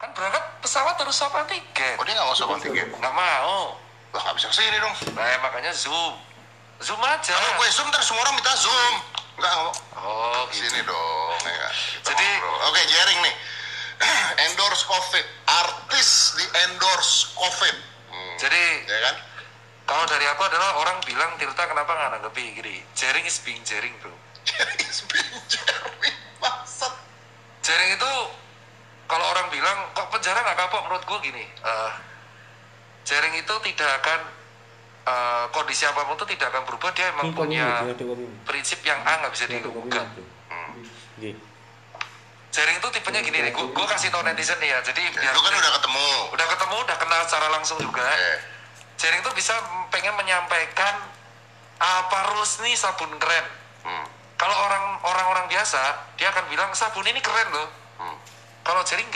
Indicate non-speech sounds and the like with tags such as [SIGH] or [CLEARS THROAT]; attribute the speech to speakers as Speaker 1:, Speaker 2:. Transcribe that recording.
Speaker 1: Kan berangkat pesawat harus swab antigen.
Speaker 2: Oh dia nggak mau swab antigen.
Speaker 1: Nggak mau.
Speaker 2: Lah nggak bisa kesini dong.
Speaker 1: Nah ya makanya zoom. Zoom aja.
Speaker 2: Kalau gue zoom terus semua orang minta zoom. Nggak nggak mau.
Speaker 1: Oh gitu.
Speaker 2: Kesini dong. Ya. nggak? Kita
Speaker 1: Jadi-
Speaker 2: ngobrol. oke jaring nih. [CLEARS THROAT] endorse covid. Artis di endorse covid. Hmm,
Speaker 1: Jadi
Speaker 2: ya kan? [LAUGHS]
Speaker 1: kalau dari aku adalah orang bilang Tirta kenapa nggak nanggepi gini. Jaring is being jaring bro.
Speaker 2: Jaring jaring maksud.
Speaker 1: Jaring itu kalau orang bilang kok penjara nggak kapok menurut gue gini. eh, jaring itu tidak akan eh, kondisi apapun itu tidak akan berubah dia
Speaker 3: Ini
Speaker 1: emang
Speaker 3: kopi ini,
Speaker 1: punya
Speaker 3: dia ada kopi ini.
Speaker 1: prinsip yang A nggak bisa
Speaker 3: Dia ada kopi ini,
Speaker 1: diubah.
Speaker 3: bro. Nggih.
Speaker 1: Jaring itu tipenya gini nih, gue kasih tau netizen nih ya, jadi biar
Speaker 2: Lu kan udah ketemu.
Speaker 1: udah ketemu, udah kenal secara langsung juga.
Speaker 2: Eh,
Speaker 1: Jaring tuh bisa pengen menyampaikan apa rules nih sabun keren.
Speaker 2: hmm,
Speaker 1: Kalau orang orang orang biasa, dia akan bilang sabun ini keren loh.
Speaker 2: hmm.
Speaker 1: Kalau jaring nggak.